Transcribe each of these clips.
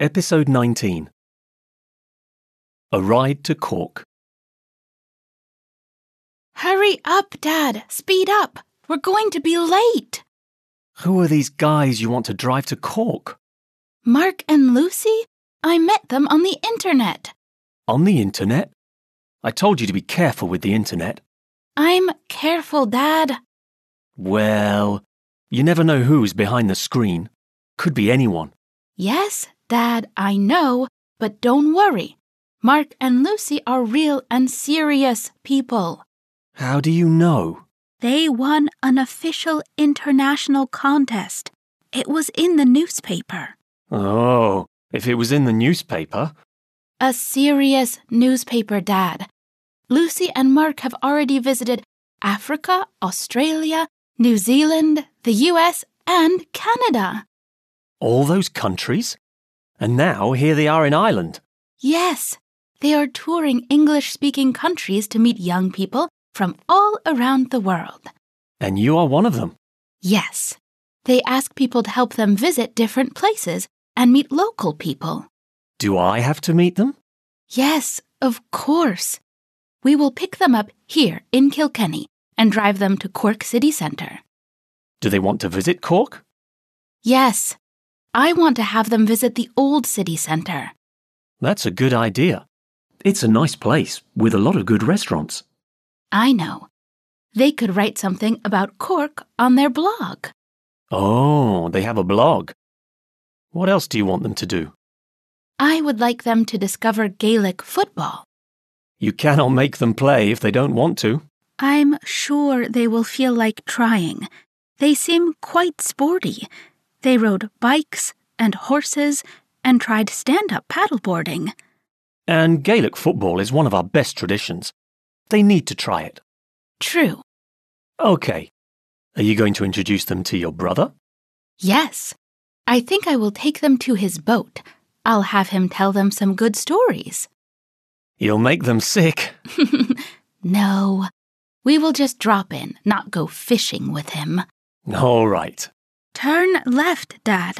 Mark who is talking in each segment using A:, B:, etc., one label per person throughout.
A: Episode 19 A Ride to Cork.
B: Hurry up, Dad. Speed up. We're going to be late.
A: Who are these guys you want to drive to Cork?
B: Mark and Lucy? I met them on the internet.
A: On the internet? I told you to be careful with the internet.
B: I'm careful, Dad.
A: Well, you never know who's behind the screen. Could be anyone.
B: Yes, Dad, I know, but don't worry. Mark and Lucy are real and serious people.
A: How do you know?
B: They won an official international contest. It was in the newspaper.
A: Oh, if it was in the newspaper.
B: A serious newspaper, Dad. Lucy and Mark have already visited Africa, Australia, New Zealand, the US, and Canada.
A: All those countries? And now here they are in Ireland.
B: Yes, they are touring English speaking countries to meet young people from all around the world.
A: And you are one of them.
B: Yes, they ask people to help them visit different places and meet local people.
A: Do I have to meet them?
B: Yes, of course. We will pick them up here in Kilkenny and drive them to Cork City Centre.
A: Do they want to visit Cork?
B: Yes, I want to have them visit the old city centre.
A: That's a good idea. It's a nice place with a lot of good restaurants.
B: I know. They could write something about Cork on their blog.
A: Oh, they have a blog. What else do you want them to do?
B: I would like them to discover Gaelic football.
A: You cannot make them play if they don't want to.
B: I'm sure they will feel like trying. They seem quite sporty. They rode bikes and horses and tried stand up paddleboarding.
A: And Gaelic football is one of our best traditions. They need to try it.
B: True.
A: Okay. Are you going to introduce them to your brother?
B: Yes. I think I will take them to his boat. I'll have him tell them some good stories.
A: You'll make them sick.
B: no. We will just drop in, not go fishing with him.
A: All right.
B: Turn left, Dad.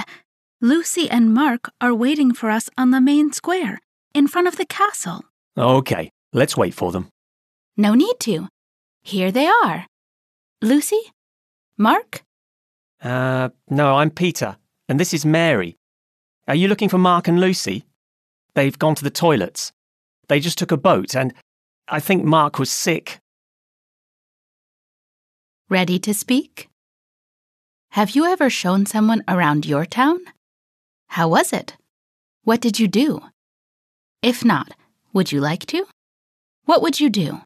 B: Lucy and Mark are waiting for us on the main square, in front of the castle.
A: Okay. Let's wait for them.
B: No need to. Here they are. Lucy? Mark?
A: Uh, no, I'm Peter, and this is Mary. Are you looking for Mark and Lucy? They've gone to the toilets. They just took a boat, and I think Mark was sick.
B: Ready to speak? Have you ever shown someone around your town? How was it? What did you do? If not, would you like to? What would you do?